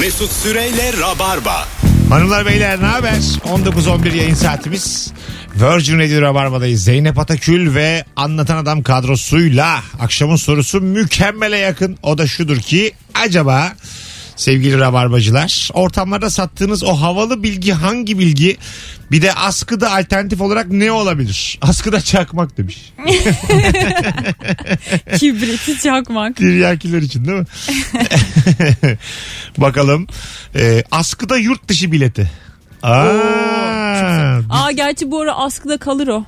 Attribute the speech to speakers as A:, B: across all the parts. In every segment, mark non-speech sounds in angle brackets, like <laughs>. A: Mesut Süreyle Rabarba.
B: Hanımlar beyler ne haber? 19.11 yayın saatimiz. Virgin Radio Rabarba'dayız. Zeynep Atakül ve Anlatan Adam kadrosuyla akşamın sorusu mükemmele yakın. O da şudur ki acaba sevgili Rabarbacılar ortamlarda sattığınız o havalı bilgi hangi bilgi bir de askıda alternatif olarak ne olabilir? Askıda çakmak demiş.
C: <laughs> Kibriti çakmak.
B: Tiryakiler için değil mi? <laughs> Bakalım. Ee, askıda yurt dışı bileti. Aa,
C: Aa gerçi bu ara askıda kalır o.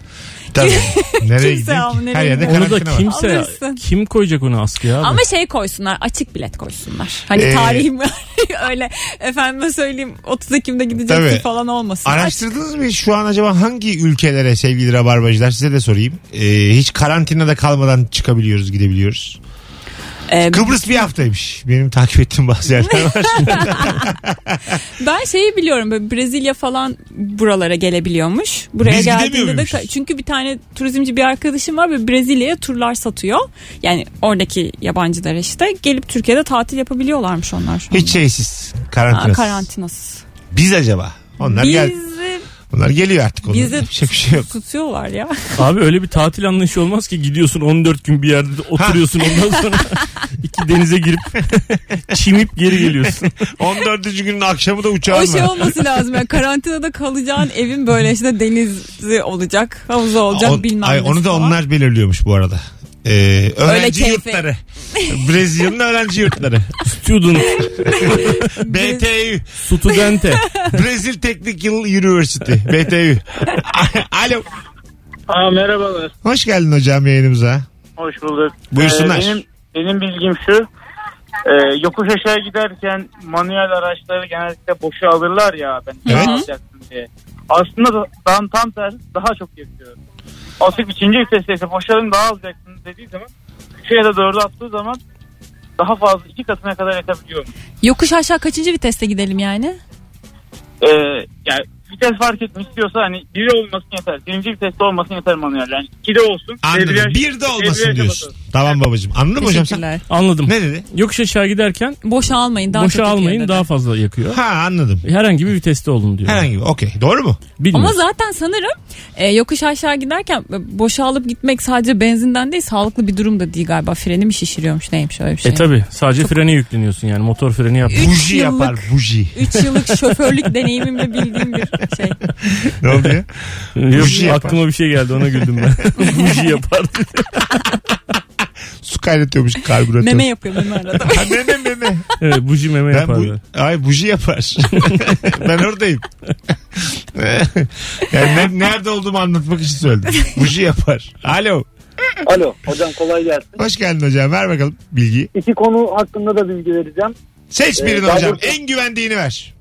B: tabii. Nereye
C: <laughs> Kimse
B: gideyim
C: alma,
B: ki?
C: nereye
B: Her yerde
C: gideyim?
D: Onu da
B: karantina var.
D: kimse
C: Alırsın.
D: kim koyacak onu askıya abi?
C: Ama şey koysunlar açık bilet koysunlar. Hani
B: Ee,
C: tarihim <laughs> öyle efendime söyleyeyim 30 Ekim'de gideceksin
B: Tabii.
C: falan olmasın.
B: Araştırdınız mı hiç şu an acaba hangi ülkelere sevgili rabarbacılar size de sorayım. Ee, hiç karantinada kalmadan çıkabiliyoruz gidebiliyoruz.
C: Ee,
B: Kıbrıs bir haftaymış. Benim takip ettiğim bazı yerler
C: <laughs>
B: var.
C: Ee, ben şeyi biliyorum böyle Brezilya falan buralara gelebiliyormuş. Buraya
B: Biz gidemiyor
C: geldiğinde de
B: muyuz?
C: ka- çünkü bir tane turizmci bir arkadaşım var ve Brezilya'ya turlar satıyor. Yani oradaki yabancılar işte gelip Türkiye'de tatil yapabiliyorlarmış onlar şu anda.
B: hiç şeysiz.
C: Aa,
B: Karantinasız.
C: karantinasız.
B: Biz acaba? Onlar, gel,
C: Bizi,
B: onlar geliyor artık. Onlar.
C: bizi
B: Yapacak bir şey
C: <laughs>
B: yok.
C: tutuyorlar ya.
D: <laughs> Abi öyle bir tatil anlayışı olmaz ki gidiyorsun 14 gün bir yerde oturuyorsun
B: <laughs>
D: ondan sonra iki denize girip çimip geri geliyorsun.
B: 14. günün akşamı da uçağın
C: O şey
B: var.
C: olması lazım. Yani karantinada kalacağın evin böyle işte denizi olacak, havuzu olacak
B: On-
C: bilmem
B: Ay,
C: nesi
B: onu da
C: falan.
B: onlar belirliyormuş bu arada. Ee, öğrenci
C: keyfi. <laughs>
B: yurtları. Brezilya'nın öğrenci yurtları.
D: Student,
B: BTU.
D: studente.
B: Brazil Technical University. <laughs> BTU. Alo.
E: Aa, merhabalar.
B: Hoş geldin hocam yayınımıza.
E: Hoş bulduk.
B: Buyursunlar.
E: Ee, benim, benim bilgim şu. Ee, yokuş aşağı giderken manuel araçları genellikle boşa alırlar ya ben
B: Evet.
E: ne yapacaksın diye. Aslında da- ben tam tersi daha çok yapıyorum. Atıp ikinci vitesteyse boşalın daha alacaksınız dediği zaman üçe ya da dörde attığı zaman daha fazla iki katına kadar yakabiliyorum.
C: Yokuş aşağı kaçıncı viteste gidelim yani?
E: Ee, yani vites fark etmiş istiyorsa hani biri olmasın yeter. Birinci viteste olmasın yeter manuel. Yani iki de olsun.
B: Anladım.
E: debriyaj-
B: Bir de olmasın
E: debriyaja
B: diyorsun.
E: basarız.
B: Tamam babacığım. Anladın mı hocam sen?
C: Teşekkürler.
D: Anladım.
B: Ne dedi?
D: Yokuş aşağı giderken
C: Boşa almayın. Daha
D: boşa
C: kötü
D: almayın
C: yerlere.
D: daha fazla yakıyor.
B: Ha anladım.
D: Herhangi bir viteste olun diyor.
B: Herhangi bir. Okey. Doğru mu?
D: Bilmiyorum.
C: Ama zaten sanırım e, yokuş aşağı giderken boşa alıp gitmek sadece benzinden değil sağlıklı bir durum da değil galiba. Freni mi şişiriyormuş neymiş öyle bir şey.
D: E tabi sadece frene yükleniyorsun yani motor freni yap.
C: Üç
B: Buji
C: yıllık-
B: yapar buji.
C: 3 yıllık <laughs> şoförlük deneyimimle bildiğim bir
B: E,
C: şey.
B: ne oldu ya?
D: Yok,
B: buji yapar.
D: aklıma bir şey geldi ona güldüm
B: <laughs>
D: ben. buji yapar.
B: Su kaynatıyormuş karbüratör.
C: Meme yapıyor meme arada.
B: Ha, meme meme.
D: Evet, buji meme
B: Ben
D: yapar.
B: bu, ay buji
C: <laughs>
B: yapar. ben oradayım. <laughs> yani ne- nerede olduğumu anlatmak için söyledim. Buji yapar. Alo.
F: Alo hocam kolay gelsin.
B: Hoş geldin hocam. Ver bakalım bilgiyi.
F: İki konu hakkında da bilgi vereceğim.
B: Seç
F: Ee,
B: birini
F: daha
B: hocam.
F: doğrusu-
B: En güvendiğini ver.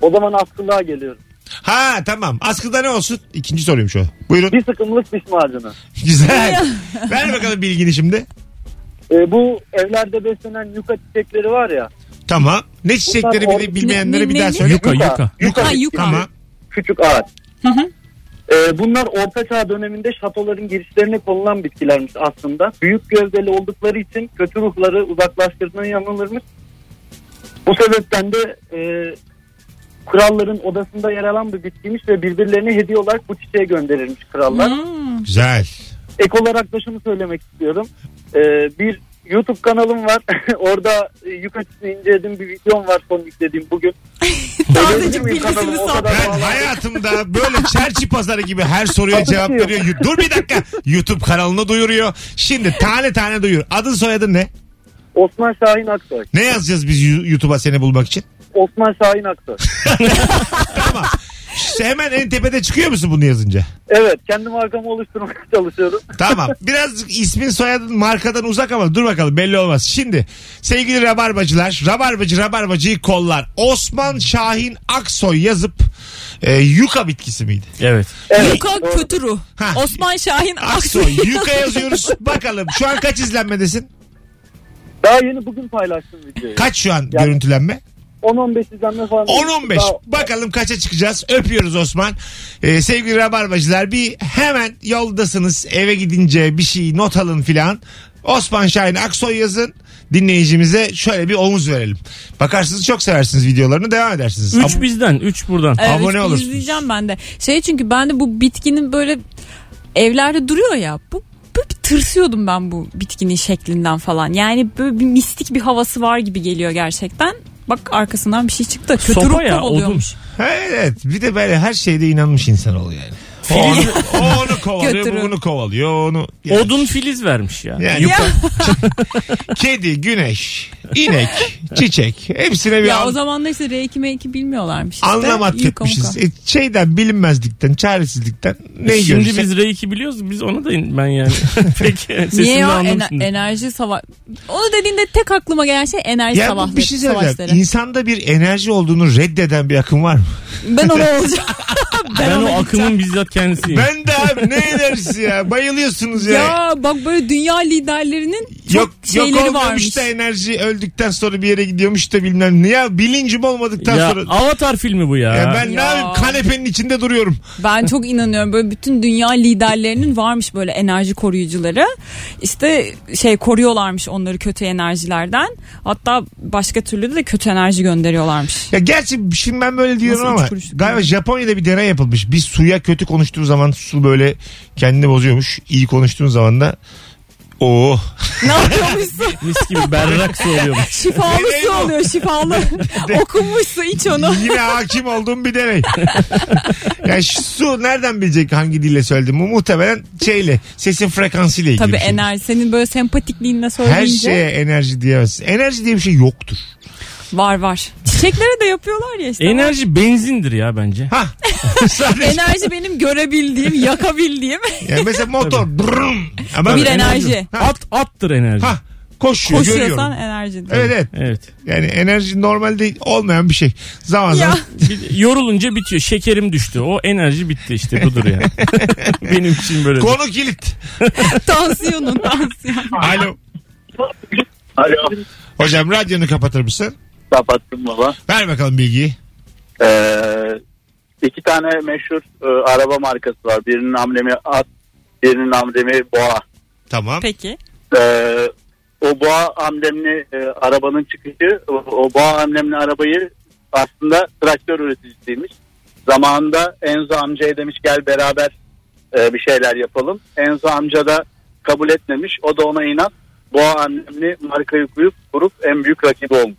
F: O zaman askılığa geliyorum.
B: Ha tamam. Askıda ne olsun? İkinci soruyum şu. an. Buyurun.
F: Bir sıkımlık diş macunu.
B: Güzel. <laughs> Ver bakalım bilgini şimdi.
F: Ee, bu evlerde beslenen yuka çiçekleri var ya.
B: Tamam. Ne çiçekleri
F: Bunlar
B: bile
F: or-
B: bilmeyenlere
C: Ne-
B: bir
C: ne-
B: daha
C: ne-
B: söyle.
D: Yuka, yuka.
B: Yuka.
C: Ha, yuka.
B: Tamam.
F: Küçük ağaç.
C: Hı hı.
F: Ee, bunlar Orta Çağ döneminde şatoların girişlerine konulan bitkilermiş aslında. Büyük gövdeli oldukları için kötü ruhları uzaklaştırdığına inanılırmış. Bu sebepten de e, kralların odasında yer alan bir bitkiymiş ve birbirlerine hediye olarak bu çiçeğe gönderilmiş krallar.
C: Hmm.
B: Güzel.
F: Ek olarak da şunu söylemek istiyorum. Ee, bir YouTube kanalım var. <laughs> Orada e, yukarısını incelediğim bir videom var son yüklediğim bugün.
C: Tazecik
F: Benim
C: bilgisini
F: kanalım o
C: sat.
F: kadar
B: Ben
F: bağlı.
B: hayatımda böyle çerçi pazarı gibi her soruya cevap veriyor. Yu- Dur bir dakika. YouTube kanalını duyuruyor. Şimdi tane tane duyur. Adın soyadın ne?
F: Osman Şahin Aksoy.
B: Ne yazacağız biz Yu- YouTube'a seni bulmak için?
F: Osman Şahin Aksoy.
B: Tamam. İşte hemen en tepede çıkıyor musun bunu yazınca?
F: Evet kendi markamı oluşturmaya <laughs> çalışıyorum.
B: Tamam. Birazcık ismin soyadın markadan uzak ama dur bakalım belli olmaz. Şimdi sevgili rabarbacılar, rabarbacı rabarbacıyı kollar. Osman Şahin Aksoy yazıp e, yuka bitkisi miydi?
D: Evet.
F: Evet.
C: Yuka kötü ruh.
B: Ha.
C: Osman Şahin Aksoy.
B: Aksoy yuka yazıyoruz. bakalım şu an kaç izlenmedesin?
F: Daha yeni bugün paylaştım videoyu.
B: Kaç şu an
F: Yani-
B: görüntülenme?
F: 10-15 izlenme falan.
B: 10-15.
F: Daha-
B: Bakalım kaça çıkacağız. Öpüyoruz Osman. Ee, sevgili Rabarbacılar bir hemen yoldasınız. Eve gidince bir şey not alın filan. Osman Şahin Aksoy yazın. Dinleyicimize şöyle bir omuz verelim. Bakarsınız çok seversiniz videolarını devam edersiniz. Ama-
D: 3 bizden 3 buradan.
C: Evet,
B: Abone
C: üç-
B: olursunuz.
C: izleyeceğim ben de. Şey çünkü ben de bu bitkinin böyle evlerde duruyor ya. Bu, bu bir tırsıyordum ben bu bitkinin şeklinden falan. Yani böyle bir mistik bir havası var gibi geliyor gerçekten. Bak arkasından bir şey çıktı. Kötü
D: Sopa
C: ruhlar
D: ya odun.
C: oluyormuş.
B: Evet bir de böyle her şeyde inanmış insan ol yani. O onu, o onu kovalıyor, bu
C: Götürün.
B: bunu kovalıyor, o onu... Yani-
D: Odun filiz vermiş ya.
B: Yani
C: Ya,
B: <laughs> kedi, güneş, inek, çiçek hepsine bir
C: ya
B: an-
C: o zaman da işte R2 M2 bilmiyorlarmış işte.
B: anlamat
C: İyi
B: etmişiz.
C: konka.
B: E, şeyden bilinmezlikten, çaresizlikten ne
D: Şimdi
B: görürsen-
D: biz R2 biliyoruz biz onu da in-
B: <laughs>
D: ben yani. Peki
C: Niye
D: sesini
C: ya
D: anlamışsın.
C: Ener- enerji savaş. Onu dediğinde tek aklıma gelen şey enerji
B: Ya
C: savaş-
B: bu bir şey
C: savaşları.
B: söyleyeceğim. İnsanda bir enerji olduğunu reddeden bir akım
D: <laughs>
B: var mı?
C: Ben onu
B: <laughs>
C: olacağım.
D: ben
C: ona
D: o
C: gideceğim.
D: akımın bizzat kendisiyim.
B: ben de abi ne enerjisi ya? Bayılıyorsunuz ya.
C: Ya bak böyle dünya liderlerinin çok
B: Şey- Yok, yok
C: şeyleri
B: olmamış
C: varmış.
B: da enerji öldükten sonra bir yere gidiyormuş da bilmem ne. Ya bilincim olmadıktan
D: ya
B: sonra...
D: Avatar filmi bu ya.
B: Ya ben ne
C: Ya.
B: yapayım? Kanepenin içinde duruyorum.
C: Ben çok inanıyorum böyle bütün dünya liderlerinin varmış böyle enerji koruyucuları. İşte şey koruyorlarmış onları kötü enerjilerden. Hatta başka türlü de kötü enerji gönderiyorlarmış.
B: <laughs> Ya gerçi şimdi ben böyle diyorum
C: Nasıl üç
B: ama
C: kuruşluk
B: galiba
C: yani?
B: Japonya'da bir deney yapılmış. Bir suya kötü konuştuğu zaman su böyle kendini bozuyormuş. İyi konuştuğun zaman da o
C: ne yapıyormuşsun?
D: Mis gibi berrak su
C: <laughs>
D: oluyormuş.
C: Şifalı
B: Deney
C: su
B: bu.
C: oluyor
B: <laughs>
C: şifalı. Okunmuşsa iç onu.
B: yine hakim olduğum bir
C: <laughs>
B: deney. ya şu su nereden bilecek hangi dille söyledim? Bu muhtemelen şeyle sesin frekansıyla ilgili.
C: Tabii
B: bir şey.
C: enerji senin böyle sempatikliğinle
B: Her şey.
C: söyleyince
B: şeye enerji diyemezsin. Enerji diye bir şey yoktur.
C: var var. Çiçeklere de yapıyorlar ya işte.
D: Enerji benzindir ya bence.
C: <laughs>
B: Ha. Sadece-
C: Enerji benim görebildiğim, yakabildiğim
B: Ya mesela motor. brum. Ama
C: bir enerji.
D: At attır enerji.
B: Ha. Koşuyor,
C: Koşuyorsan
B: görüyorum.
C: enerji.
B: Evet evet.
D: Evet.
B: Yani enerji normalde olmayan bir şey. Zaman
C: Ya.
B: zaman
D: Bir- yorulunca bitiyor. Şekerim düştü. O enerji bitti işte
B: <laughs>
D: budur ya. Benim için böyle.
B: konu kilit.
C: Tansiyonun tansiyon.
B: Alo.
E: Alo.
B: Hocam radyonu kapatır mısın?
E: Kapattım baba.
B: Ver bakalım bilgiyi.
E: Ee, iki tane meşhur e, araba markası var. Birinin amblemi at, birinin amblemi boğa.
B: Tamam.
C: Peki.
E: Ee, o boğa amblemli e, arabanın çıkışı, o, o boğa amblemli arabayı aslında traktör üreticisiymiş. Zamanında Enzo amcaya demiş gel beraber e, bir şeyler yapalım. Enzo amca da kabul etmemiş. O da ona inat. Boğa amblemli markayı kurup, kurup en büyük rakibi olmuş.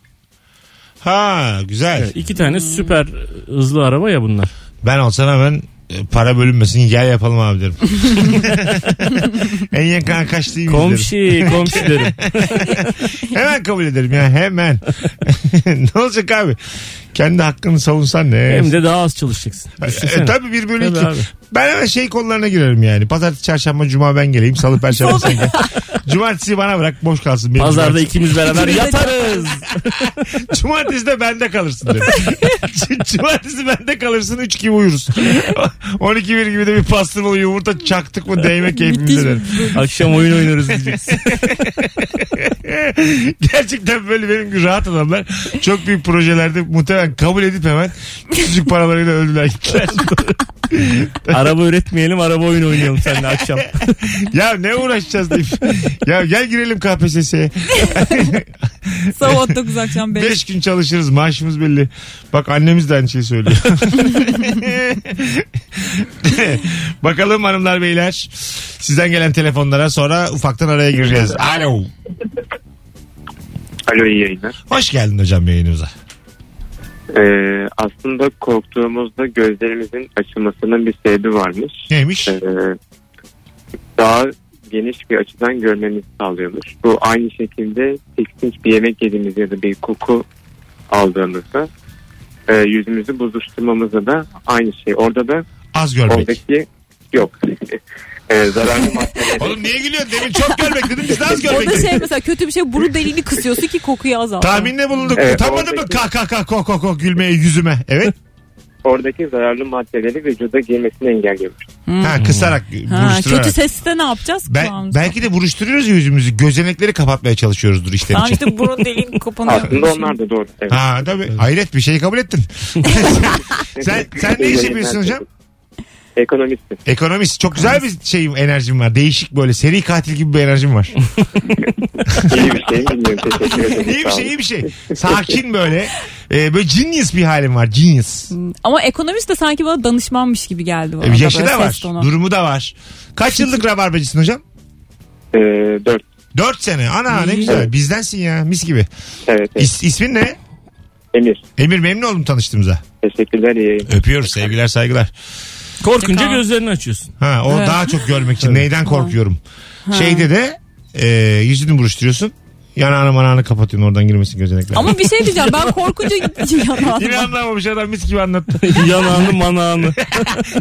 B: Ha güzel.
D: Evet, İki tane süper hızlı araba ya bunlar.
B: Ben olsam hemen e, para bölünmesin gel yapalım abi
D: <laughs>
B: derim. en yakın kaçtığım derim.
D: Komşi
B: <laughs>
D: komşilerim.
B: Hemen kabul ederim ya hemen. <laughs> ne olacak abi? Kendi hakkını savunsan ne?
D: Hem de daha az çalışacaksın.
B: E,
D: Düşünsene.
B: tabii bir bölü
D: Tabii
B: iki.
D: abi.
B: Ben hemen şey konularına girerim yani. Pazartesi, çarşamba, cuma ben geleyim. Salı, perşembe sen gel. Cumartesi bana bırak boş kalsın. Benim
D: Pazarda
B: cumartesi-
D: ikimiz <laughs> beraber yatarız.
B: Cumartesi de bende kalırsın derim. <laughs> C- Cumartesi bende kalırsın 3 gibi uyuruz. <laughs> 12 bir gibi de bir pastırmalı yumurta çaktık mı değme keyfimize derim.
D: Akşam oyun oynarız diyeceksin.
B: <laughs> Gerçekten böyle benim gibi rahat adamlar çok büyük projelerde muhtemelen kabul edip hemen küçücük paralarıyla öldüler gittiler.
D: <laughs> araba üretmeyelim araba oyunu oynayalım seninle akşam.
B: ya ne uğraşacağız deyip. Ya gel girelim KPSS'ye.
C: Sabah 9 akşam 5.
B: 5 gün çalışırız maaşımız belli. Bak annemiz de aynı şeyi söylüyor. <laughs> Bakalım hanımlar beyler. Sizden gelen telefonlara sonra ufaktan araya gireceğiz. Alo.
G: Alo iyi yayınlar.
B: Hoş geldin hocam yayınımıza.
G: Ee, aslında korktuğumuzda gözlerimizin açılmasının bir sebebi varmış.
B: Neymiş?
G: Ee, daha geniş bir açıdan görmemizi sağlıyormuş. Bu aynı şekilde tiksinç bir yemek yediğimiz ya da bir koku aldığımızda e, yüzümüzü buzuşturmamızda da aynı şey. Orada da
B: Az görmek.
G: oradaki yok. <laughs> Ee, zararlı maddeler
B: Oğlum niye gülüyorsun? Demin çok görmek dedim biz de az görmek
C: Orada
B: dedik.
C: şey mesela kötü bir şey burun deliğini kısıyorsun ki kokuyu azaltır.
B: Tahminle bulunduk.
G: Evet,
B: Utamadın mı?
G: oradaki- <laughs>
B: Kah kah kah koh koh koh gülmeye yüzüme. Evet.
G: oradaki zararlı maddeleri vücuda girmesini engelliyormuş.
B: Ha kısarak
C: Ha,
B: buruşturarak.
C: kötü seste ne yapacağız?
B: Bel-
C: Kulağımızda.
B: belki de buruşturuyoruz ya yüzümüzü. Gözenekleri kapatmaya çalışıyoruzdur işler
C: Tamam
B: için.
C: işte burun deliğin kapanıyor.
G: Aslında onlar da doğru. Evet.
B: Ha tabii. Hayret bir şey kabul
G: <laughs>
B: ettin. sen, sen ne iş yapıyorsun hocam?
G: Ekonomistim.
B: Ekonomist. Çok güzel bir şeyim enerjim var. Değişik böyle seri katil gibi bir enerjim
G: <laughs>
B: var.
G: İyi bir şey bilmiyorum.
B: <laughs>
G: Teşekkür ederim.
B: iyi bir
G: Sağ
B: şey
G: olun.
B: iyi bir şey. Sakin böyle. Ee, böyle genius bir halim var. Genius.
C: Ama ekonomist de sanki bana danışmanmış gibi geldi bana.
B: Ee, yaşı
C: Böyle
B: da
C: ses
B: var.
C: tonu.
B: Durumu da var. Kaç yıllık rabarbacısın hocam?
G: Ee, dört.
B: Dört sene. Ana ne güzel. Bizdensin ya. Mis gibi.
G: Evet, evet.
B: İs, ismin ne?
G: Emir.
B: Emir memnun oldum tanıştığımıza.
G: Teşekkürler. iyi yayınlar.
B: Öpüyoruz. Sevgiler saygılar.
D: Korkunca
C: Tamam.
D: gözlerini açıyorsun.
B: Ha o
C: Evet.
B: daha çok görmek için. Neyden korkuyorum? Şeyde de e, yüzünü buruşturuyorsun. Yanağını manağını kapatıyorsun oradan girmesin gözenekler.
C: Ama bir şey diyeceğim ben korkunca <laughs>
B: <laughs>
C: gittim
B: Yine
C: yanağıma.
B: anlamamış adam mis gibi
C: <laughs>
B: anlattı.
D: <laughs> Yanağını manağını.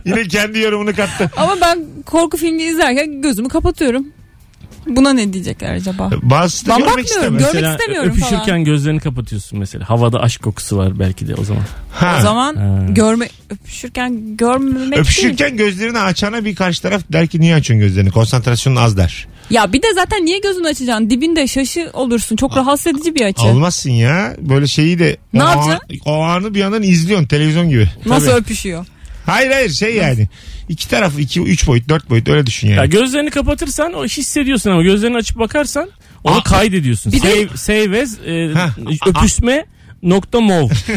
B: Yine kendi yorumunu kattı.
C: Ama ben korku filmi izlerken gözümü kapatıyorum. Buna ne diyecekler acaba?
B: Bazısı da
C: Ben
B: görmek
C: bakmıyorum,
B: istemez.
C: gör- Görmek istemiyorum
D: öpüşürken
C: falan.
D: gözlerini kapatıyorsun mesela. Havada aşk kokusu var belki de o zaman.
B: Ha.
C: O zaman
D: Ha.
C: görme öpüşürken görmemek değil.
B: Öpüşürken gözlerini açana bir karşı taraf der ki niye açıyorsun gözlerini? Konsantrasyonun az der.
C: Ya bir de zaten niye gözünü açacaksın? Dibinde şaşı olursun. Çok rahatsız edici bir açı.
B: Almazsın ya. Böyle şeyi de
C: Ne
B: o, an,
C: yapacaksın?
B: o anı bir yandan izliyorsun televizyon gibi.
C: Nasıl
B: Tabii.
C: öpüşüyor?
B: Hayır hayır şey yani. İki taraf iki, üç boyut dört boyut öyle düşün yani.
D: Ya gözlerini kapatırsan o hissediyorsun ama gözlerini açıp bakarsan onu
B: Aa.
D: kaydediyorsun.
C: Bir de-
D: Save, save as e,
B: Ha.
D: öpüşme nokta mov. <laughs>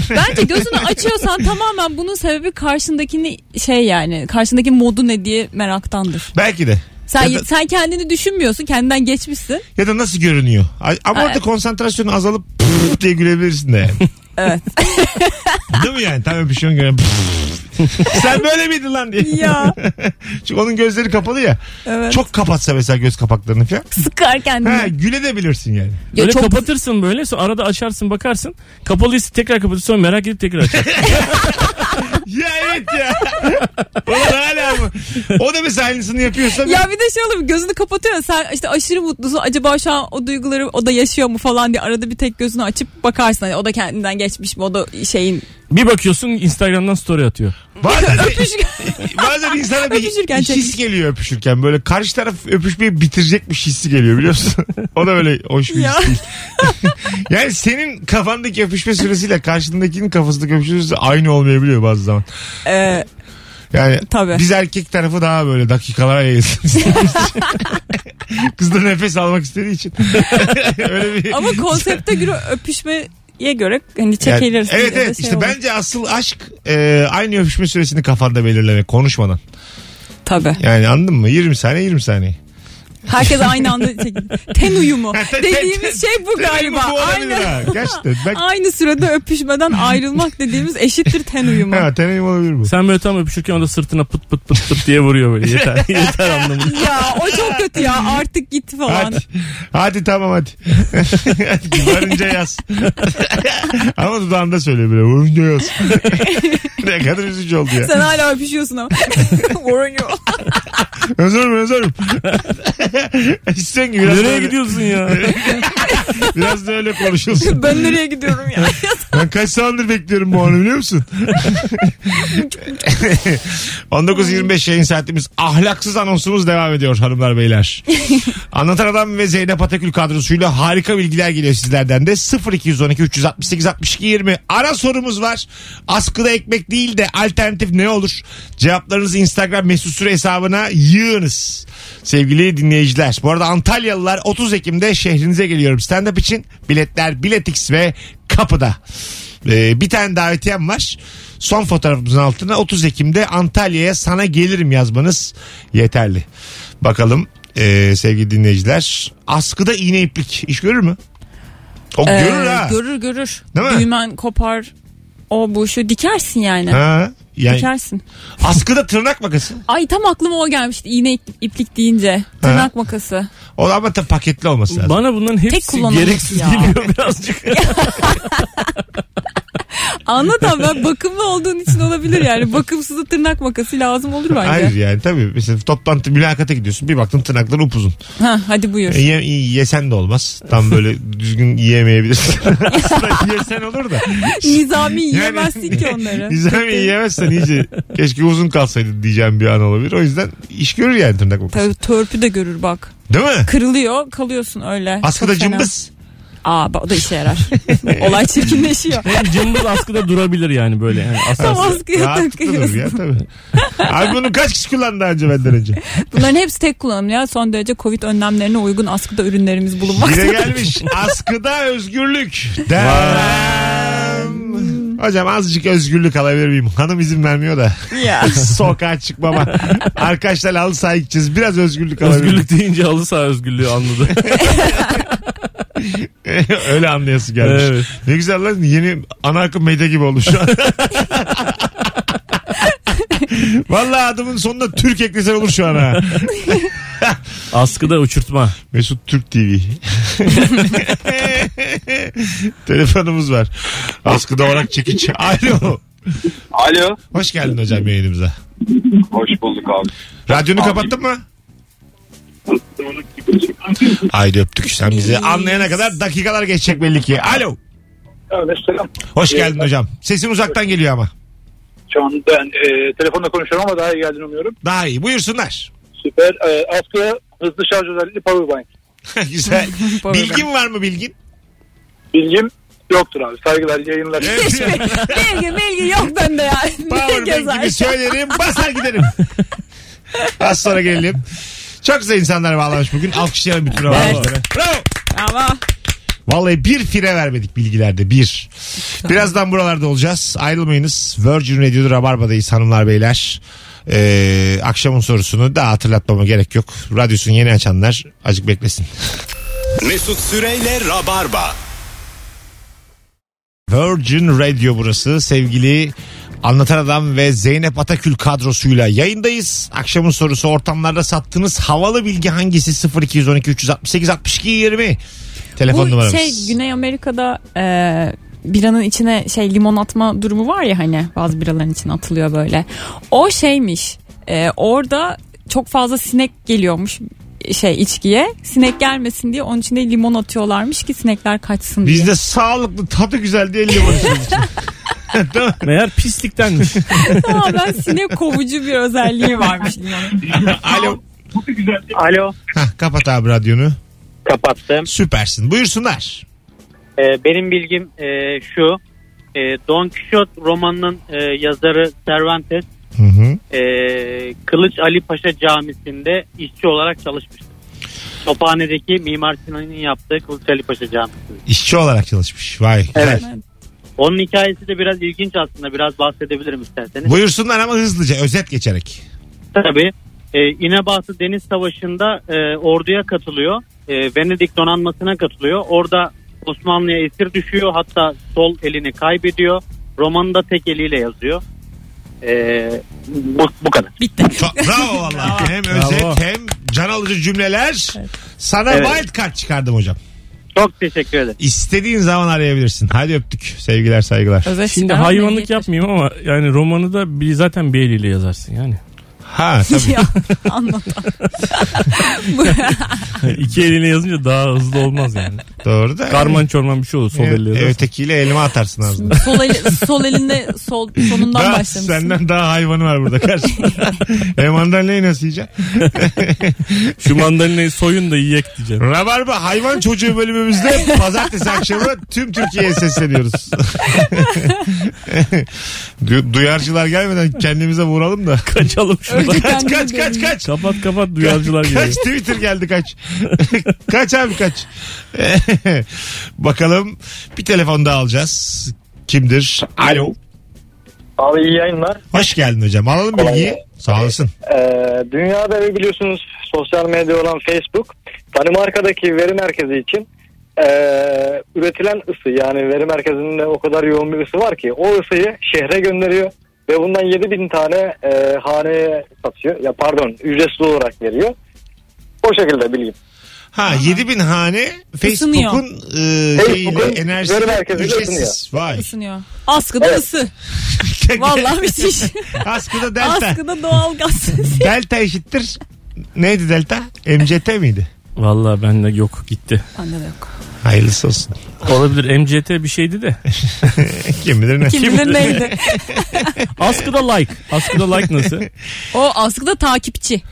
B: <laughs>
C: Bence gözünü açıyorsan tamamen bunun sebebi karşındakini şey yani karşındaki modu ne diye meraktandır.
B: Belki de.
C: Sen
B: Ya da-
C: sen kendini düşünmüyorsun. Kendinden geçmişsin.
B: Ya da nasıl görünüyor? A- Ama
C: Evet.
B: orada konsantrasyonu azalıp <laughs> diye gülebilirsin de. yani.
C: <laughs> Evet.
B: <laughs> Değil mi yani? Tam öpüşüyorsun göre. <laughs> Sen böyle miydin lan
C: <laughs>
B: diye.
C: ya
B: Çünkü onun gözleri kapalı ya.
C: evet.
B: Çok kapatsa mesela göz kapaklarını falan.
C: sıkar kendini.
B: Ha, gülebilirsin yani.
C: Ya
D: Böyle
C: çok-
D: kapatırsın böyle sonra arada açarsın bakarsın. Kapalıysa tekrar kapatırsın sonra merak edip tekrar <laughs> açarsın.
B: Ya evet
C: <laughs>
B: ya. Ulan hala mı? O da mesela aynısını yapıyorsa.
C: Ya bir de şey olur gözünü kapatıyor sen işte aşırı mutlusun acaba şu an o duyguları o da yaşıyor mu falan diye arada bir tek gözünü açıp bakarsın Hani o da kendinden geçmiş mi o da şeyin
B: <laughs>
D: bir bakıyorsun Instagram'dan story atıyor.
B: Bazen,
C: öpüşürken
B: bazen insana bir
C: Öpüşürken
B: his
C: çekmiş.
B: geliyor öpüşürken. Böyle karşı taraf öpüşmeyi bitirecekmiş hissi geliyor biliyorsun. <laughs> o da öyle hoş bir
C: ya.
B: his değil. <laughs> Yani senin kafandaki öpüşme süresiyle karşındakinin kafasındaki öpüşme süresi aynı olmayabiliyor bazı zaman.
C: Ee,
B: Yani
C: Tabii.
B: biz erkek tarafı daha böyle dakikalara yayılsın.
C: <laughs>
B: Kız da nefes almak istediği için. Öyle bir...
C: ama konsepte göre öpüşmeye göre hani
B: Yani-
C: çekilirsin. ya
B: evet
C: da
B: evet
C: şey
B: işte
C: olur.
B: bence asıl aşk e, aynı öpüşme süresini kafanda belirlemek konuşmadan.
C: Tabii.
B: Yani anladın mı? 20 saniye 20 saniye.
C: Herkes aynı anda çekilir. Ten uyumu.
B: <laughs> Ha, te- te-
C: dediğimiz
B: te-
C: şey bu galiba.
B: Bu olabilir
C: Aynı,
B: ha. Gerçekten.
C: <laughs>
B: Ben,
C: aynı sürede öpüşmeden ayrılmak dediğimiz eşittir ten uyumu.
B: ha, teneyim olabilir bu.
D: Sen böyle tam öpüşürken o da sırtına pıt pıt pıt pıt diye vuruyor böyle <laughs> yeter <laughs> yeter anlamında.
C: Ya o çok kötü ya
B: <laughs>
C: artık git falan.
B: Hadi. Hadi tamam hadi. <laughs> hadi varınca
D: <laughs>
B: yaz. Ama dudağında söylüyor böyle. Varınca yaz. <laughs> ne kadar üzücü oldu ya.
C: Sen hala
B: <laughs>
C: öpüşüyorsun ama. Warren you.
B: Özürüm özürüm. <laughs> İstiyorsun ki biraz
D: Nereye
B: böyle-
D: gidiyorsun <laughs> ya?
B: Biraz da öyle konuşulsun.
C: <laughs> Ben nereye gidiyorum ya?
B: Ben kaç zamandır bekliyorum bu anı biliyor musun? 19.25 yayın saatimiz ahlaksız anonsumuz devam ediyor hanımlar beyler. Anlatan Adam ve Zeynep Atakül kadrosuyla harika bilgiler geliyor sizlerden de. 0212 368 62 20 ara sorumuz var. Askıda ekmek değil de alternatif ne olur? Cevaplarınızı Instagram mesut süre hesabına yığınız. Sevgili dinleyiciler. Bu arada Antalyalılar 30 Ekim'de şehrinize geliyorum. Stand-up için biletler Biletix ve kapıda. Ee, bir tane davetiyem var. Son fotoğrafımızın altına 30 Ekim'de Antalya'ya sana gelirim yazmanız yeterli. Bakalım ee, sevgili dinleyiciler. Askıda iğne iplik iş görür mü? O Ee, görür ha.
C: Ee, Görür görür.
B: Değil mi?
C: Düğmen kopar. O bu şu dikersin yani.
B: ha. Yani
C: Dikersin.
B: askıda tırnak makası.
C: Ay tam aklıma o gelmişti. İğne ip- iplik deyince. Tırnak makası.
B: O da ama tabii paketli olması lazım.
D: Bana bunların hepsi <laughs>
C: kullanımlık
D: gereksiz
C: ya.
D: geliyor birazcık.
C: Anlat abi ben bakımlı olduğun için olabilir yani. Bakımsızı tırnak makası lazım olur bence.
B: Hayır yani tabii. Mesela toplantı mülakata gidiyorsun. Bir baktın tırnaklar upuzun.
C: Ha, hadi buyur.
B: E, ye- yesen de olmaz. Tam böyle düzgün yiyemeyebilirsin. Aslında yesen olur da.
C: <laughs> Nizami
B: Yani- <laughs>
C: yiyemezsin ki onları.
B: Nizami yiyemezsen iyice keşke uzun kalsaydı diyeceğim bir an olabilir. O yüzden iş görür yani tırnak makası.
C: Tabii törpü de görür bak.
B: Değil mi?
C: Kırılıyor kalıyorsun öyle.
B: Askıda
C: Çok fena.
B: cımbız.
C: Aa bak, o da
B: <laughs>
C: işe yarar. Olay çirkinleşiyor.
D: Hem cımbız askıda durabilir yani böyle. Yani
C: <laughs> Tam
D: asas.
C: askıya
B: Rahatlıkla durur
C: takıyorsun.
B: ya tabii. Abi bunu kaç kişi kullandı daha önce benden
C: <laughs>
B: önce?
C: Bunların hepsi tek kullanım ya. Son derece Covid önlemlerine uygun askıda ürünlerimiz <laughs>
B: Yine
C: bulunmakta.
B: gelmiş. Askıda özgürlük. Dem. Hocam azıcık özgürlük alabilir miyim? Hanım izin vermiyor da.
C: ya.
B: <laughs> Sokağa çıkmama. Arkadaşlar halı sahaya gideceğiz. Biraz özgürlük alabilir miyim?
D: Özgürlük deyince halı saha özgürlüğü anladı.
B: <laughs> Öyle anlayası gelmiş.
D: Evet.
B: Ne güzel lan yeni ana akım medya gibi olmuş <laughs> şu an. Valla adımın sonunda Türk eklesen olur şu an ha.
D: <laughs> Askıda uçurtma.
B: Mesut Türk TV. <laughs> Telefonumuz var. Askıda olarak çekiç. Alo.
H: Alo.
B: Hoş geldin hocam yayınımıza.
H: Hoş bulduk abi.
B: Radyonu kapattın mı? Haydi öptük sen bizi. Anlayana kadar dakikalar geçecek belli ki. Alo.
H: Evet selam.
B: Hoş geldin hocam. Sesin uzaktan geliyor ama.
H: Şu an ben e, telefonla konuşuyorum ama daha iyi geldin umuyorum.
B: Daha iyi. Buyursunlar. <laughs>
H: Süper. E, askıya hızlı şarj özellikli powerbank.
B: Güzel.
C: Bu arada.
B: Bilgin var mı bilgin?
H: Bilgim yoktur abi. Saygılar yayınlar.
C: Bilgi bilgi yok bende ya. Ne
B: Powerbank gibi
C: gezer?
B: söylerim basar giderim. Az sonra gelelim. Çok güzel insanlar bağlanmış bugün. Alkışlayalım bütün bağlanmışları. Bravo.
C: Ama
B: Vallahi bir fire vermedik bilgilerde bir. Birazdan buralarda olacağız. Ayrılmayınız. Virgin Radio'da Rabarba'dayız hanımlar beyler. Ee, akşamın sorusunu daha hatırlatmama gerek yok. Radyosunu yeni açanlar acık beklesin.
A: Mesut Süreyle Rabarba.
B: Virgin Radio burası sevgili Anlatan Adam ve Zeynep Atakül kadrosuyla yayındayız. Akşamın sorusu ortamlarda sattığınız havalı bilgi hangisi 0212 368 62 20 telefon
C: bu
B: numaramız.
C: şey Güney Amerika'da e, biranın içine şey limon atma durumu var ya hani bazı biraların içine atılıyor böyle. O şeymiş e, orada çok fazla sinek geliyormuş şey içkiye. Sinek gelmesin diye onun içine limon atıyorlarmış ki sinekler kaçsın diye.
B: Bizde sağlıklı tadı güzel diye limon
C: <laughs>
B: içiyoruz. Değil mi?
D: Meğer pisliktenmiş.
C: Tamamen sinek kovucu bir özelliği varmış limonun.
B: Alo.
F: Alo.
B: Hah, kapat abi radyonu.
F: Kapattım.
B: Süpersin. Buyursunlar.
I: Ee, benim bilgim e, şu. E, Don Quixote romanının e, yazarı Cervantes
B: Hı hı.
I: e, Kılıç Ali Paşa Camisi'nde işçi olarak çalışmıştır. Tophane'deki Mimar Sinan'ın yaptığı Kılıç Ali Paşa Camisi.
B: İşçi olarak çalışmış. Vay. güzel.
I: Onun hikayesi de biraz ilginç aslında. Biraz bahsedebilirim isterseniz.
B: Buyursunlar ama hızlıca özet geçerek.
I: Tabii. E, İnebahtı Deniz Savaşı'nda e, orduya katılıyor. E, Venedik donanmasına katılıyor. Orada Osmanlı'ya esir düşüyor. Hatta sol elini kaybediyor. Romanı da tek eliyle yazıyor. E, bu, bu kadar.
B: Çok- bravo vallahi. hem
D: Bravo.
B: özet hem can alıcı cümleler. Sana
I: Evet.
B: wild card çıkardım hocam.
I: Çok teşekkür ederim.
B: İstediğin zaman arayabilirsin. Hadi öptük. Sevgiler saygılar.
C: Özel
D: Şimdi
C: çıkaran
D: hayvanlık
C: neydi?
D: yapmayayım ama yani romanı da bir, zaten bir eliyle yazarsın yani.
B: Ha tabii.
C: <laughs> ya anlatan. Bu-
D: İki eliyle yazınca daha hızlı olmaz yani.
B: Doğru da.
D: Karman çorman bir şey olur sol
B: Evet,
D: elle yazarsın.
B: Ötekiyle elma atarsın ağzına.
C: sol, eli- sol elinde sol, sonundan
B: Daha
C: başlamışsın.
B: senden daha hayvanı var burada karşında. e mandalina nasıl yiyeceksin?
D: Şu mandalinayı soyun da yiyek <laughs> diyeceğim.
B: Rabarba hayvan çocuğu bölümümüzde pazartesi akşamı tüm Türkiye'ye sesleniyoruz. Du- Duyarcılar gelmeden kendimize vuralım da.
D: Kaçalım şuradan.
C: Öldük.
B: Kaç kaç kaç kaç.
D: kapat kapat duyarcılar geliyor.
B: Kaç Twitter geldi kaç. <laughs> kaç abi kaç. <laughs> Bakalım bir telefon daha alacağız. Kimdir? Alo.
H: Abi iyi yayınlar.
B: Hoş geldin hocam. Alalım bilgiyi. Sağ olasın.
H: Ee, dünyada ve biliyorsunuz sosyal medya olan Facebook Danimarka'daki veri merkezi için ee, üretilen ısı yani veri merkezinde o kadar yoğun bir ısı var ki o ısıyı şehre gönderiyor ve bundan 7000 tane
G: e,
H: ee, haneye satıyor. Ya pardon ücretsiz olarak veriyor. O şekilde bilgim.
B: Ha 7000 hane
C: Isınıyor.
B: Facebook'un e, şeyiyle,
H: Facebook'un veri
B: enerjisiyle
H: merkeziyle
B: ücretsiz. Vay.
C: Isınıyor. Askıda ısı. <laughs> Vallahi şey. müthiş.
B: Askıda delta.
C: Askıda doğal gaz sesi.
B: delta eşittir. Neydi delta? MCT miydi?
D: Vallahi bende yok gitti.
C: <laughs> Bende de yok.
B: Hayırlısı olsun. <laughs>
D: Olabilir MCT bir
C: <laughs>
D: şeydi de.
B: Kim bilir ne?
C: Kim bilir
B: <laughs>
C: neydi?
D: Askıda like. Askıda like nasıl?
C: O askıda takipçi.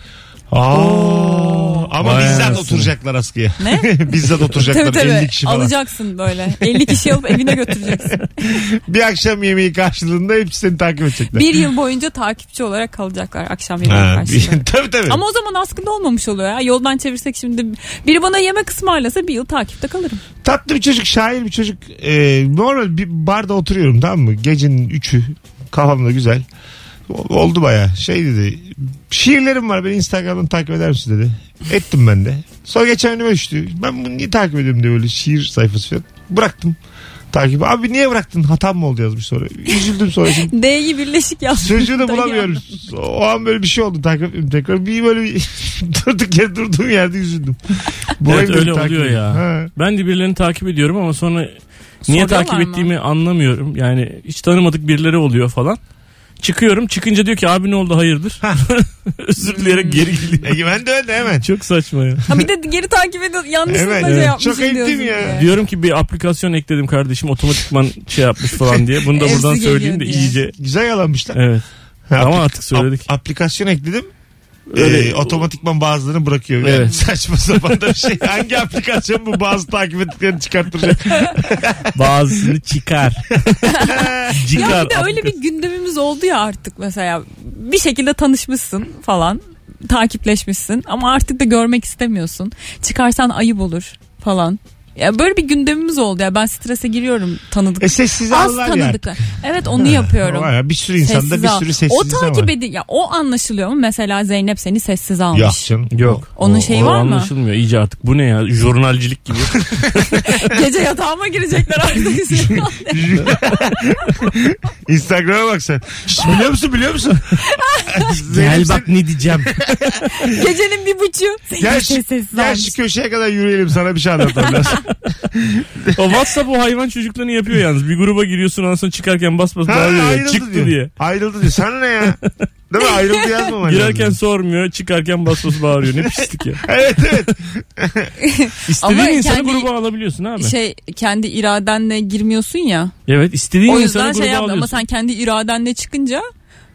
B: Aa, ama
D: Vay
B: bizzat
D: anasını.
B: oturacaklar askıya. <laughs>
C: Ne?
B: bizzat oturacaklar
C: Tabii
B: 50
C: tabii.
B: kişi falan.
C: Alacaksın böyle. 50 kişi alıp evine götüreceksin.
B: <laughs> Bir akşam yemeği karşılığında hepsi seni takip edecekler.
C: Bir yıl boyunca takipçi olarak kalacaklar akşam yemeği
B: Ha, bir- <laughs>
C: karşılığında.
B: tabii tabii.
C: Ama o zaman askında olmamış oluyor ya. Yoldan çevirsek şimdi biri bana yemek ısmarlasa bir yıl takipte kalırım.
B: Tatlı bir çocuk, şair bir çocuk. Ee, normal bir barda oturuyorum tamam mı? Gecenin üçü. Kafamda güzel. O- Oldu baya. Şey dedi. Şiirlerim var beni Instagram'dan takip eder misin dedi. Ettim ben de. Sonra geçen önüme düştü. Ben bunu niye takip ediyorum diye böyle şiir sayfası falan. Bıraktım takibi. Abi niye bıraktın? Hatam mı oldu yazmış sonra. Üzüldüm sonra şimdi.
C: D'yi birleşik yazdım.
B: Sözcüğü
C: <laughs>
B: de
C: Tabii
B: bulamıyorum. O an böyle bir şey oldu takip ettim tekrar. Bir böyle bir <laughs> durduk yere durduğum yerde üzüldüm. Bu
D: Evet,
B: ayı beni
D: öyle
B: takip
D: oluyor
B: ediyor.
D: ya.
B: Ha.
D: Ben de birilerini takip ediyorum ama sonra niye
C: Soruyorlar
D: takip
C: mı?
D: ettiğimi anlamıyorum. Yani hiç tanımadık birileri oluyor falan. Çıkıyorum. Çıkınca diyor ki abi ne oldu hayırdır? <laughs> Özür dileyerek geri geliyor.
B: Ege ben de öyle hemen.
D: Çok saçma ya.
C: Ha bir de geri
B: <laughs>
C: takip ediyor. Yanlışlıkla
B: Evet,
C: şey
B: evet.
C: yapmışım
B: Çok ettim
C: diyorsun
B: ya.
C: diye.
D: Diyorum ki bir aplikasyon ekledim kardeşim otomatikman şey yapmış falan diye. Bunu da
C: Hepsi
D: buradan
C: geliyor
D: söyleyeyim de
C: diye.
D: iyice.
B: Güzel yalanmışlar.
C: <laughs>
D: Evet.
B: Ha,
D: Ama
B: aplik-
D: artık söyledik.
B: ap- aplikasyon ekledim.
D: Öyle-
B: Ee, otomatikman bazılarını bırakıyor. Yani <laughs>
D: Evet.
B: Saçma sapan da bir şey. Hangi aplikasyon bu bazı takip ettiklerini çıkarttıracak?
C: <laughs>
D: Bazısını çıkar.
C: Ya
D: Çıkar.
C: bir de öyle bir gündemimiz oldu ya artık mesela. Bir şekilde tanışmışsın falan. Takipleşmişsin ama artık da görmek istemiyorsun. Çıkarsan ayıp olur falan. Ya böyle bir gündemimiz oldu ya. Ben strese giriyorum tanıdık.
B: e sessiz
C: Az
B: alırlar ya.
C: tanıdıklar. Evet onu yapıyorum.
B: Var ya, Bir sürü insanda
C: Sessiz
B: bir
C: al.
B: sürü sessiz
C: O takip
B: var.
C: edin. Ya o anlaşılıyor mu? Mesela Zeynep seni sessiz almış.
B: Yok canım.
D: Yok.
C: Onun şeyi
D: o
C: var mı?
D: Anlaşılmıyor iyice artık. Bu ne ya? Jurnalcilik <laughs> gibi.
C: <laughs> Gece yatağıma girecekler
B: <laughs>
C: artık.
B: Instagram'a bak sen. Şş, biliyor musun biliyor
C: <laughs>
B: musun? Zeynep sen-
D: ne diyeceğim.
C: Gecenin bir buçuğu.
B: Gel
C: Zeynep
B: şu,
C: seni sessiz
B: gel
C: almış.
B: şu köşeye kadar yürüyelim sana bir şey anlatmam <laughs> lazım.
D: <laughs> o WhatsApp o hayvan çocuklarını yapıyor yalnız. Bir gruba giriyorsun ondan sonra çıkarken bas bas
B: Ha,
D: bağırıyor. ya,
B: ayrıldı
D: Çıktı
B: diyor.
D: diye.
B: Ayrıldı diyor. Sana ne ya? Değil mi? Ayrıldı yazmaman
D: Girerken
B: lazım.
D: sormuyor, çıkarken bas bas bağırıyor. Ne pislik ya.
B: Evet <laughs> evet.
D: İstediğin
C: Ama
D: insanı
C: kendi-
D: gruba alabiliyorsun abi.
C: şey kendi iradenle girmiyorsun ya.
D: Evet, istediğin
C: o
D: insanı
C: yüzden
D: gruba
C: şey yapma ama
D: alıyorsun.
C: sen kendi iradenle çıkınca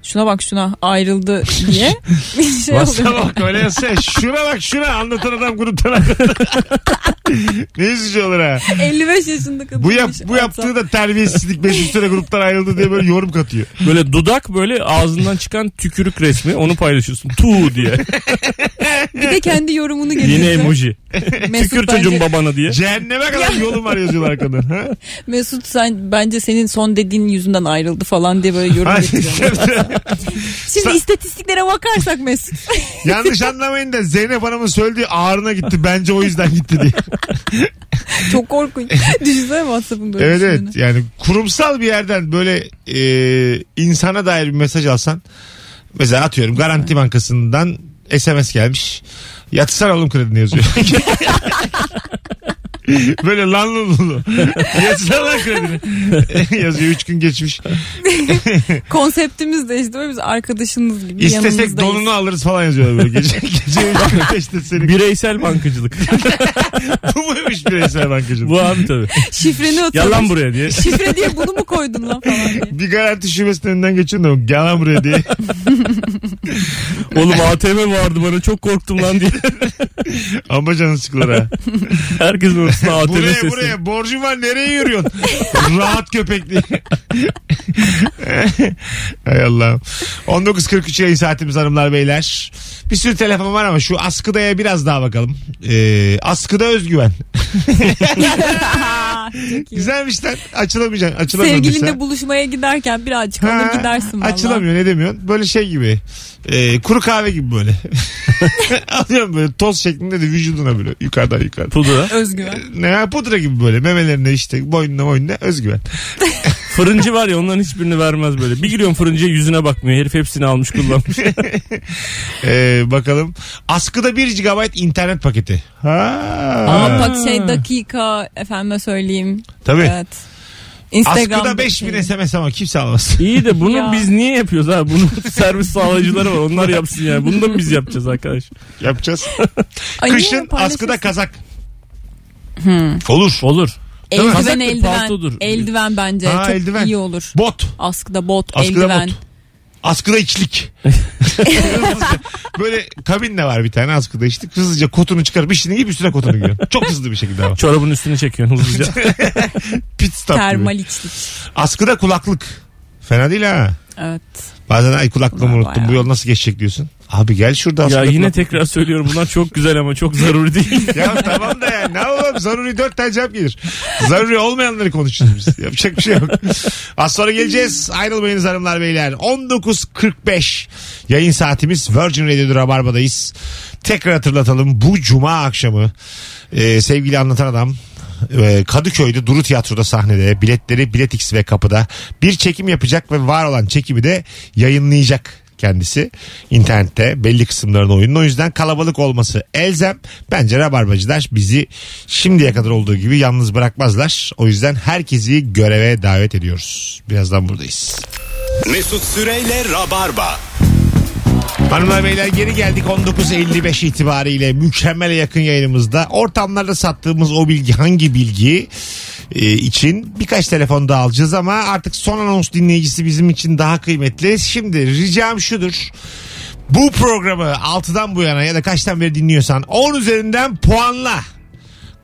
C: şuna bak şuna ayrıldı
B: <laughs>
C: diye bir şey
B: Sana
C: <laughs> oluyor.
B: bak öyle yazsana. Şuna bak şuna anlatan adam gruptan ayrıldı. <laughs> ne üzücü olur ha.
C: 55 yaşında kadın. şey
B: Bu, yap, bu yaptığı da terbiyesizlik 500 sene gruptan ayrıldı diye böyle yorum <laughs> katıyor.
D: Böyle dudak böyle ağzından çıkan tükürük resmi onu paylaşıyorsun.
C: <laughs>
D: Tu diye.
C: Bir de kendi yorumunu getirdi.
D: Yine emoji.
C: şey- Mesut
D: Tükür
C: bence-
D: çocuğun babana diye.
B: Cehenneme kadar yolum var yazıyorlar arkadan. Ha?
C: Mesut sen bence senin son dediğin yüzünden ayrıldı falan diye böyle yorum
B: Ha, <laughs>
C: getiriyor. Şimdi istatistiklere bakarsak Mesut. <laughs>
B: Yanlış anlamayın da Zeynep Hanım'ın söylediği ağrına gitti. Bence o yüzden gitti diye.
C: Çok korkunç. Düşünsene WhatsApp'ın böyle
B: Evet
C: düşündüğünü.
B: evet yani kurumsal bir yerden böyle e, insana dair bir mesaj alsan mesela atıyorum Garanti Bankası'ndan SMS gelmiş yatsana oğlum kredini yazıyor. <laughs> böyle lan lan lan. Yatsana lan kredini. <laughs> yazıyor 3 gün geçmiş.
C: Konseptimiz değişti. Böyle Biz arkadaşınız gibi
B: İstesek
C: yanınızdayız.
B: donunu alırız falan yazıyorlar böyle gece. Gece 3 gün geçti seni.
D: Bireysel bankacılık.
B: Bu muymuş bireysel bankacılık?
D: Bu abi tabii.
C: Şifreni atıyoruz.
D: Yalan buraya <laughs> diye.
C: Şifre diye bunu mu koydun
B: <laughs>
C: lan falan <laughs> diye.
B: Bir garanti şubesinin önünden geçiyorsun da gel lan buraya diye.
D: Oğlum ATM vardı bana çok korktum lan diye.
B: Ama canı sıkılır ha. <laughs>
D: Herkesin ortasında ATM
B: buraya
D: sesi.
B: buraya borcum var nereye yürüyorsun?
D: <laughs>
B: Rahat köpek diye. <laughs> Hay Allah'ım. 19.43 yayın saatimiz hanımlar beyler. Bir sürü telefon var ama şu askıdaya biraz daha bakalım. Ee, askıda özgüven. Güzelmiş lan. Açılamayacaksın. Açılamadıysa.
C: Sevgilinle buluşmaya giderken birazcık alır
B: şey. Ha,
C: gidersin valla.
B: Açılamıyor ne demiyorsun? Böyle şey gibi. Ee, Kuru kahve gibi böyle. Alıyorum böyle toz şeklinde de vücuduna böyle yukarıdan yukarı.
D: Pudra.
B: <laughs>
C: Özgüven.
B: Ne ya, pudra gibi böyle memelerine işte boynuna boynuna özgüven.
D: Fırıncı var ya onların hiçbirini vermez böyle. Bir giriyorum fırıncıya yüzüne bakmıyor. Herif hepsini almış kullanmış.
B: Ee, bakalım. Askıda 1 GB internet paketi. Ha.
C: Ama bak şey dakika efendime söyleyeyim.
B: Tabii.
C: Evet. Instagram
B: Askıda
C: şey.
B: 5000 SMS ama kimse
D: <laughs>
B: almaz.
D: <laughs> İyi de bunu
C: Ya.
D: biz niye yapıyoruz ha? Bunu <laughs> servis sağlayıcıları var. Onlar yapsın yani. Bunu da mı biz yapacağız arkadaş?
B: Yapacağız.
C: Ay, niye
B: Kışın
C: paylaşıyorsun? Hmm.
B: askıda kazak. Olur.
D: Olur.
C: Eldiven
D: Kazaktır,
C: eldiven.
D: paltodur.
C: Eldiven bence
B: Ha,
C: çok
B: eldiven.
C: iyi olur.
B: Bot.
C: Askıda bot,
B: Askıda
C: eldiven.
B: bot. Askıda
C: <laughs>
B: içlik. Böyle kabin de var bir tane askıda içlik. Hızlıca kotunu çıkarıp işini giyip üstüne kotunu giyiyorsun.
C: <laughs>
B: Çok hızlı bir şekilde ama.
D: Çorabın üstünü çekiyorsun hızlıca.
B: <laughs> Pit stop gibi.
C: Termal içlik.
B: Askıda kulaklık. Fena değil ha.
C: Evet.
B: Bazen ay kulaklığımı
C: Ulan
B: unuttum.
C: bayağı.
B: Bu yol nasıl geçecek diyorsun. Abi gel şurada askıda
D: ya yine
B: kulaklık.
D: tekrar söylüyorum bunlar çok güzel ama çok zaruri değil.
B: Ya tamam da ya ne yapalım zaruri dört tane cevap gelir. Zaruri olmayanları konuşuruz biz. Yapacak bir şey yok. Az sonra geleceğiz. Ayrılmayınız hanımlar beyler. 19.45 yayın saatimiz Virgin Radio Rabarba'dayız. Tekrar hatırlatalım bu cuma akşamı e, sevgili anlatan adam e, Kadıköy'de Duru Tiyatro'da sahnede biletleri Biletix ve kapıda bir çekim yapacak ve var olan çekimi de yayınlayacak kendisi internette belli kısımlarını oyunun. O yüzden kalabalık olması elzem. Bence Rabarbacılar bizi şimdiye kadar olduğu gibi yalnız bırakmazlar. O yüzden herkesi göreve davet ediyoruz. Birazdan buradayız.
A: Mesut Süreyle Rabarba.
B: Hanımlar beyler geri geldik 19.55 itibariyle mükemmele yakın yayınımızda. Ortamlarda sattığımız o bilgi hangi bilgi e, için birkaç telefon daha alacağız ama artık son anons dinleyicisi bizim için daha kıymetli. Şimdi ricam şudur. Bu programı 6'dan bu yana ya da kaçtan beri dinliyorsan 10 üzerinden puanla.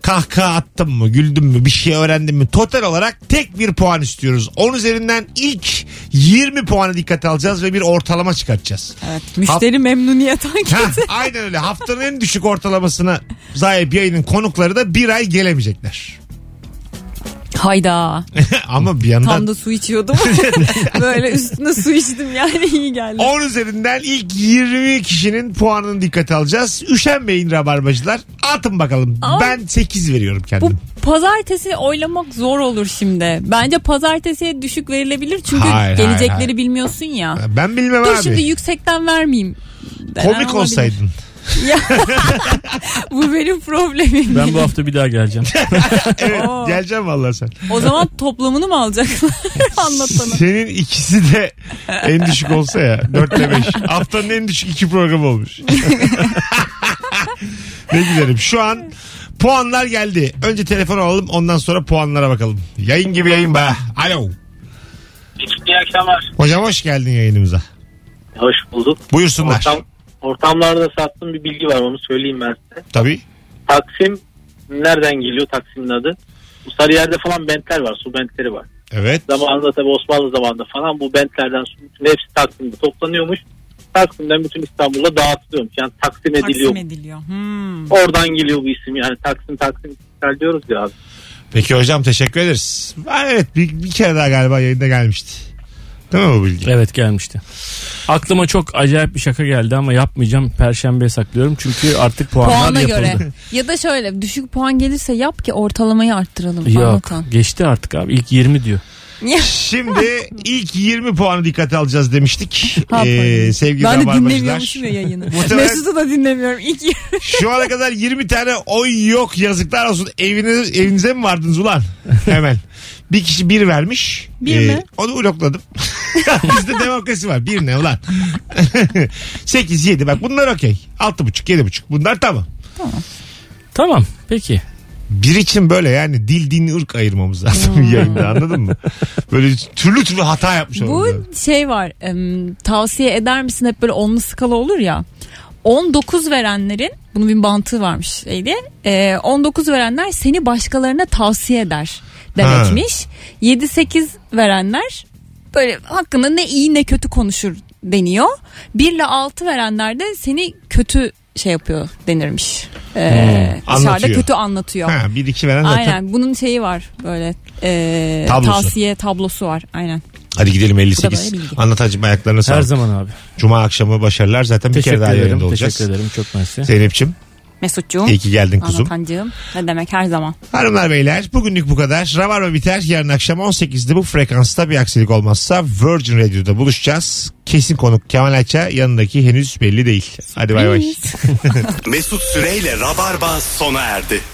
B: Kahkaha attım mı, güldüm mü, bir şey öğrendim mi? Total olarak tek bir puan istiyoruz. 10 üzerinden ilk 20 puanı dikkate alacağız ve bir ortalama çıkartacağız.
C: Evet. Müşteri memnuniyet anketi.
B: Ha, aynen öyle. Haftanın en düşük ortalamasına sahip yayının konukları da bir ay gelemeyecekler. <laughs>
C: Hayda.
B: Ama bir yandan
C: Tam da
B: <laughs>
C: su içiyordum. Böyle üstüne su içtim yani iyi geldi.
B: 10 üzerinden ilk 20 kişinin puanını dikkate alacağız. Üşenmeyin rabarbacılar. Atın bakalım.
C: Ama-
B: Ben 8 veriyorum
C: Bu
B: kendim.
C: pazartesi oylamak zor olur şimdi. Bence pazartesiye düşük verilebilir çünkü
B: Hayır, hayır,
C: gelecekleri
B: hayır.
C: bilmiyorsun ya.
B: Ben bilmem
C: Dur
B: abi.
C: şimdi yüksekten vermeyeyim. denen
B: Komik
C: olabilir.
B: olsaydın.
C: <laughs> Bu benim problemim.
D: Ben bu hafta bir
B: <laughs>
D: daha geleceğim.
B: Evet,
C: Oo.
B: geleceğim vallahi sen.
C: O zaman toplamını
B: <laughs>
C: mı alacaklar? Anlat bana.
B: Senin ikisi de en düşük olsa ya. 4 ile 5. Haftanın en düşük iki programı olmuş. <laughs> ne güzelim. Şu an puanlar geldi. Önce telefon alalım ondan sonra puanlara bakalım. Yayın gibi yayın be. Alo.
I: İyi akşamlar.
B: Hocam hoş geldin yayınımıza.
I: Hoş bulduk.
B: Buyursunlar.
I: Ortam, ortamlarda sattığım bir bilgi var onu söyleyeyim ben size.
B: Tabii.
I: Taksim nereden geliyor Taksim'in adı? Bu Sarıyer'de falan bentler var. Su bentleri var.
B: Evet.
I: Zamanında tabii Osmanlı zamanında falan bu bentlerden su bütün hepsi Taksim'de toplanıyormuş. Taksim'den bütün İstanbul'a dağıtılıyormuş. Yani taksim ediliyor.
C: Taksim ediliyor. Hmm.
I: Oradan geliyor bu isim yani Taksim Taksim İstiklal diyoruz ya abi.
B: Peki hocam teşekkür ederiz. Ha, Evet bir, bir kere daha galiba yayında gelmişti. Değil mi bu bilgi?
D: Evet gelmişti. Aklıma çok acayip bir şaka geldi ama yapmayacağım. Perşembeye saklıyorum çünkü artık puanlar
C: Puana
D: yapıldı.
C: göre. Ya da şöyle düşük puan gelirse yap ki ortalamayı arttıralım
D: Yok
C: anlatan.
D: geçti artık abi ilk 20 diyor.
C: Niye?
B: Şimdi ilk 20 puanı dikkate alacağız demiştik.
C: Ha, pardon.
B: Ee, sevgili
C: ben de
B: Rabarbacılar.
C: dinlemiyormuşum ya yayını.
B: <laughs> Muhtemelen-
C: Mesut'u da dinlemiyorum. İlk
B: Şu ana kadar 20 tane oy yok yazıklar olsun. Eviniz, evinize mi vardınız ulan? Hemen. Bir kişi bir vermiş. Ee,
C: Bir mi?
B: Onu blokladım. <laughs> Bizde demokrasi var. Bir ne ulan? <laughs> 8, 7 bak bunlar okey. 6,5, 7,5 bunlar tamam.
D: Tamam peki.
B: Bir için böyle yani dil din ırk ayırmamız lazım <laughs> yayında anladın mı? Böyle türlü türlü hata yapmış
C: Hmm. Bu
B: olurlar.
C: şey var em, tavsiye eder misin hep böyle onlu skala olur ya. 19 verenlerin bunun bir mantığı varmış şeydi. E, 19 verenler seni başkalarına tavsiye eder demekmiş. 7-8 verenler böyle hakkında ne iyi ne kötü konuşur deniyor. 1 ile 6 verenler de seni kötü şey yapıyor denirmiş. E, dışarıda
B: Hmm, anlatıyor.
C: kötü anlatıyor.
B: Ha, bir iki veren zaten.
C: Aynen bunun şeyi var böyle e,
B: Tablosu.
C: tavsiye tablosu var aynen.
B: Hadi gidelim
C: Bu
B: 58.
C: da böyle bilgi.
B: Anlatacım ayaklarına
D: Her
B: sağlık.
D: zaman abi.
B: Cuma akşamı başarılar. Zaten bir
D: Teşekkür
B: kere daha
D: ederim.
B: yayında
D: Teşekkür
B: olacağız.
D: ederim. Çok mersi.
B: Zeynep'ciğim
C: Mesut'cuğum.
B: iyi ki geldin kuzum.
C: Anlatancığım. Ne demek her zaman.
B: Hanımlar beyler bugünlük bu kadar. Rabarba biter. Yarın akşam 18'de bu frekansta bir aksilik olmazsa Virgin Radio'da buluşacağız. Kesin konuk Kemal Ayça yanındaki henüz belli değil. Hadi bay bay.
A: Mesut Süreyle Rabarba sona erdi.